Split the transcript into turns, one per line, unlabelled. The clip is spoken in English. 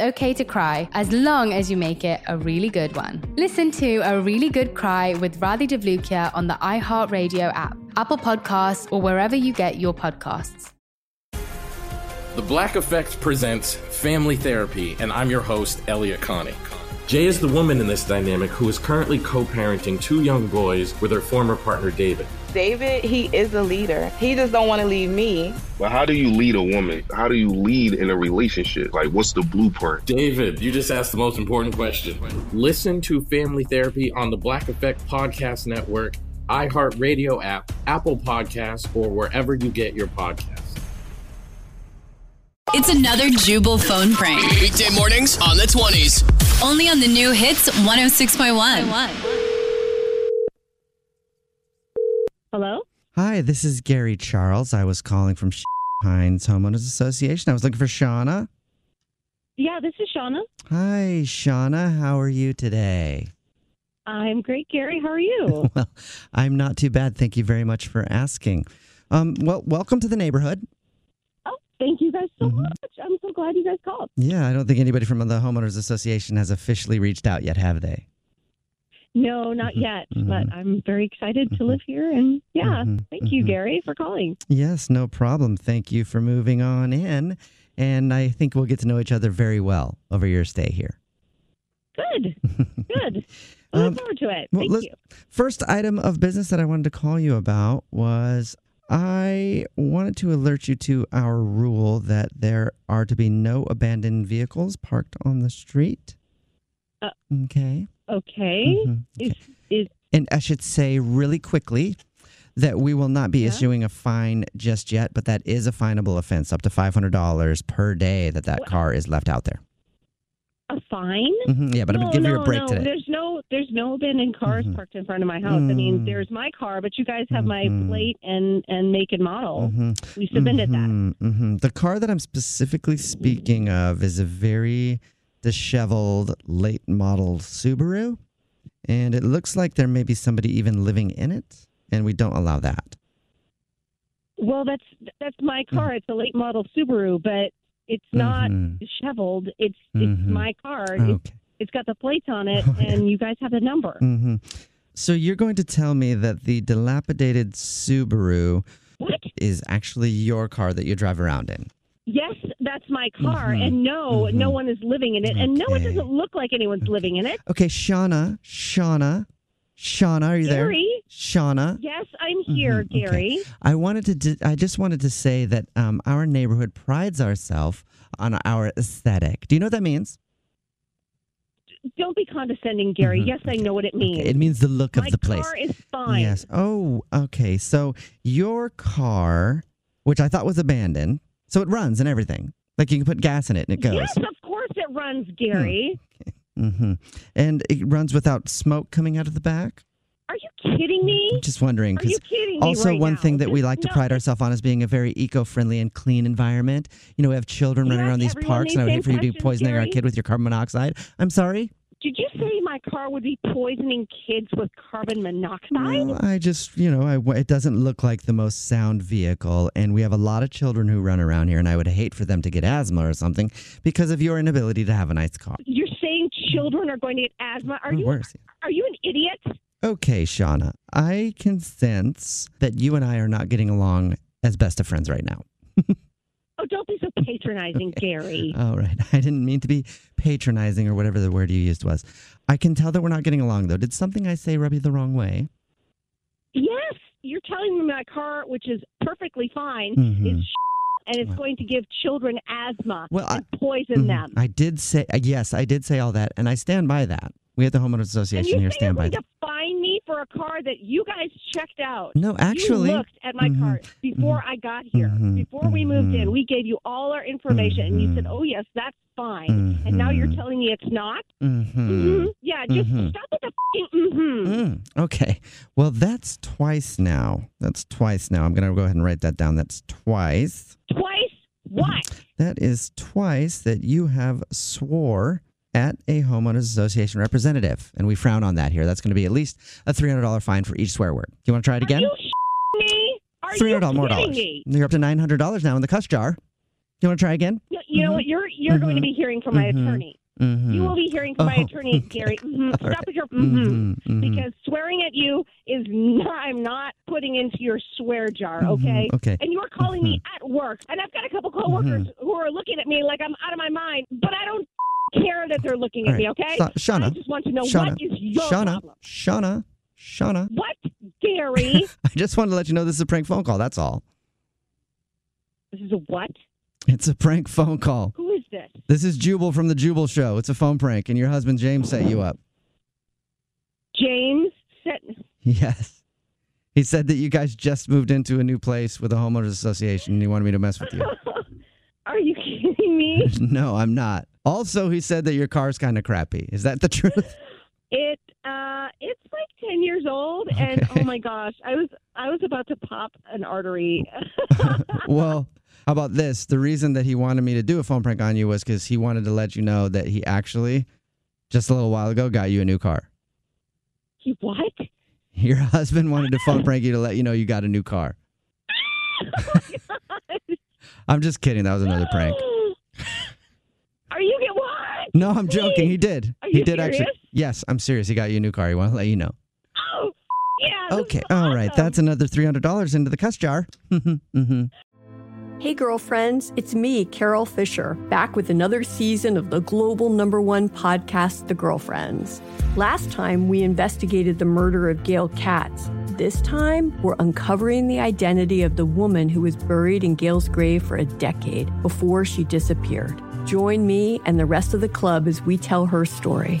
okay to cry as long as you make it a really good one. Listen to A Really Good Cry with Radhi Devlukia on the iHeartRadio app, Apple Podcasts, or wherever you get your podcasts.
The Black Effect presents Family Therapy, and I'm your host, Elliot Connie. Jay is the woman in this dynamic who is currently co parenting two young boys with her former partner, David.
David, he is a leader. He just don't want to leave me.
Well, how do you lead a woman? How do you lead in a relationship? Like, what's the blueprint?
David, you just asked the most important question. Listen to Family Therapy on the Black Effect Podcast Network, iHeartRadio app, Apple Podcasts, or wherever you get your podcasts.
It's another Jubal phone prank.
Weekday mornings on the 20s.
Only on the new hits 106.1.
Hello?
Hi, this is Gary Charles. I was calling from Pines Homeowners Association. I was looking for Shauna.
Yeah, this is Shauna.
Hi, Shauna. How are you today?
I'm great, Gary. How are you?
Well, I'm not too bad. Thank you very much for asking. Um, well, welcome to the neighborhood. Mm-hmm.
oh, thank you guys so much. I'm so glad you guys called.
Yeah, I don't think anybody from the Homeowners Association has officially reached out yet, have they? Mm-hmm.
No, not yet, but I'm very excited to live here. And yeah, thank you, Gary, for calling.
Yes, no problem. Thank you for moving on in. And I think we'll get to know each other very well over your stay here. Um,
Good. Good. I look forward to it.
Well,
Thank
let's-
you.
First item of business that I wanted to call you about was I wanted to alert you to our rule that there are to be no abandoned vehicles parked on the street.
Uh,
okay.
Okay.
Mhm.
Is, is
And I should say really quickly that we will not be issuing a fine just yet, but that is a finable offense up to $500 per day that that car is left out there.
a fine?
Mhm, Yeah, but I'm
no,
going to give you
no,
a break
no.
today.
There's no there's no abandoned cars
Mm-hmm.
parked in front of my house. I mean,
Mm.
there's my car, but you guys have my
Mhm.
plate and and make and model.
Mhm.
We submitted that.
hmm The car that I'm specifically speaking of is a very disheveled late model Subaru, and it looks like there may be somebody even living in it, and we don't allow that.
Well, that's that's my
Mm-hmm.
car. It's a late model Subaru, but it's not
Mhm.
disheveled. It's
Mhm.
Mm-hmm.
it's my car. It's,
Okay.
it's got the plates on
Oh,
it, and you guys have the number.
hmm So you're going to tell me that the dilapidated Subaru
What?
is actually your car that you drive around in?
Yes, that's my car,
Mhm.
and no, no one is living in it, and no, it
Okay.
doesn't look like anyone's living in it.
Okay, Shauna, Shauna, Shauna, are you there?
Gary?
Shauna.
Yes, I'm here,
Mhm, okay.
Gary.
I wanted to. d I I just wanted to say that um, our neighborhood prides ourselves on our aesthetic. Do you know what that means?
Don't be condescending, Gary.
Mm-hmm.
Yes, I know what it means.
It means the look
my
of the place.
car is fine.
Yes. Oh, okay. So your car, which I thought was abandoned, so it runs and everything. Like you can put gas in it and it goes.
Yes, of course it runs, Gary.
hmm And it runs without smoke coming out of the back.
Are you kidding me?
Just wondering.
Are you
'cause
kidding me
Also,
right
one
now?
thing that we
Just
like to
no-
pride ourselves on is being a very eco-friendly and clean environment. You know, we have children running
Yes,
around these
everyone
parks,
needs
and I would
same
hate for you to be
questions,
poisoning our
Gary.
kid with your carbon monoxide. I'm sorry.
Did you say my car would be poisoning kids with carbon monoxide?
Well, I just, you know, I w it doesn't look like the most sound vehicle, and we have a lot of children who run around here, and I would hate for them to get asthma or something because of your inability to have a nice car.
You're saying children are going to get asthma? Are
Or
you
worse.
are you an idiot?
Okay, Shauna, I can sense that you and I are not getting along as best of friends right now.
Oh, don't be so patronizing, Gary.
All right. I didn't mean to be patronizing or whatever the word you used was. I can tell that we're not getting along, though. Did something I say rub you the wrong way?
Yes, you're telling them that car, which is perfectly fine,
Mhm.
is and it's going to give children asthma
Well, I-
and poison
Mhm.
them.
I did say uh, yes. I did say all that, and I stand by that. We at the homeowners
And
association
you
here
say you're
stand by
going
that.
to fine me for a car that you guys checked out.
No, actually-
you looked at my
Mhm.
car before I got here.
Mhm.
Before we moved in, we gave you all our
Mm-hmm.
information, and you said, "Oh yes, that's fine." And now you're telling me it's not.
Mm-hmm.
Mhm. Yeah, just
Mhm.
stop with the fing mm-hmm.
Mm, okay. Well, that's twice now. That's twice now. I'm going to go ahead and write that down. That's twice.
Twice what?
That is twice that you have swore at a homeowners association representative, and we frown on that here. That's going to be at least a $300 fine for each swear word. Do you want to try it again?
Me? Are you
$300 more
kidding
dollars.
me?
You're up to $900 now in the cuss jar. Do you want to try again?
You, you know what? You're you're going to be hearing from my
Mhm.
attorney.
Mm-hmm.
You will be hearing from my
Oh,
attorney, Gary. Mhm. Stop
right.
with your
Mhm,
mm-hmm.
mhm.
because swearing at you is not, I'm not putting into your swear jar, okay?
Mm-hmm. okay. Mm-hmm.
And you're calling me at work, and I've got a couple coworkers who are looking at me like I'm out of my mind, but I don't care that they're looking at me,
All
okay?
right. Sa- Shauna.
I just want to know
Shauna.
what is your
Shauna.
problem.
Shauna. Shauna.
What, Gary?
I just wanted to let you know this is a prank phone call. That's all.
this is a what?
It's a prank phone call.
Who is this?
This is Jubal from the Jubal Show. It's a phone prank, and your husband James set you up.
James set
Yes. He said that you guys just moved into a new place with a homeowners association, and he wanted me to mess with you.
Are you kidding me?
no, I'm not. Also, he said that your car's kind of crappy. Is that the truth?
It uh, it's like ten years old, and oh my gosh, I was I was about to pop an artery.
well, how about this? The reason that he wanted me to do a phone prank on you was because he wanted to let you know that he actually, just a little while ago, got you a new car.
You what?
Your husband wanted to phone prank you to let you know you got a new car. I'm just kidding. That was another prank.
Are you get what?
No, I'm joking. He
Please.
did.
Are
he
you
did
serious?
actually. Yes, I'm serious. He got you a new car. He wanted to let you know.
Oh, yeah. this
Okay.
is
All right.
awesome.
That's another $300 into the cuss jar. mm-hmm.
Hey, girlfriends, it's me, Carol Fisher, back with another season of the global number one podcast, The Girlfriends. Last time, we investigated the murder of Gail Katz. This time, we're uncovering the identity of the woman who was buried in Gail's grave for a decade before she disappeared. Join me and the rest of the club as we tell her story.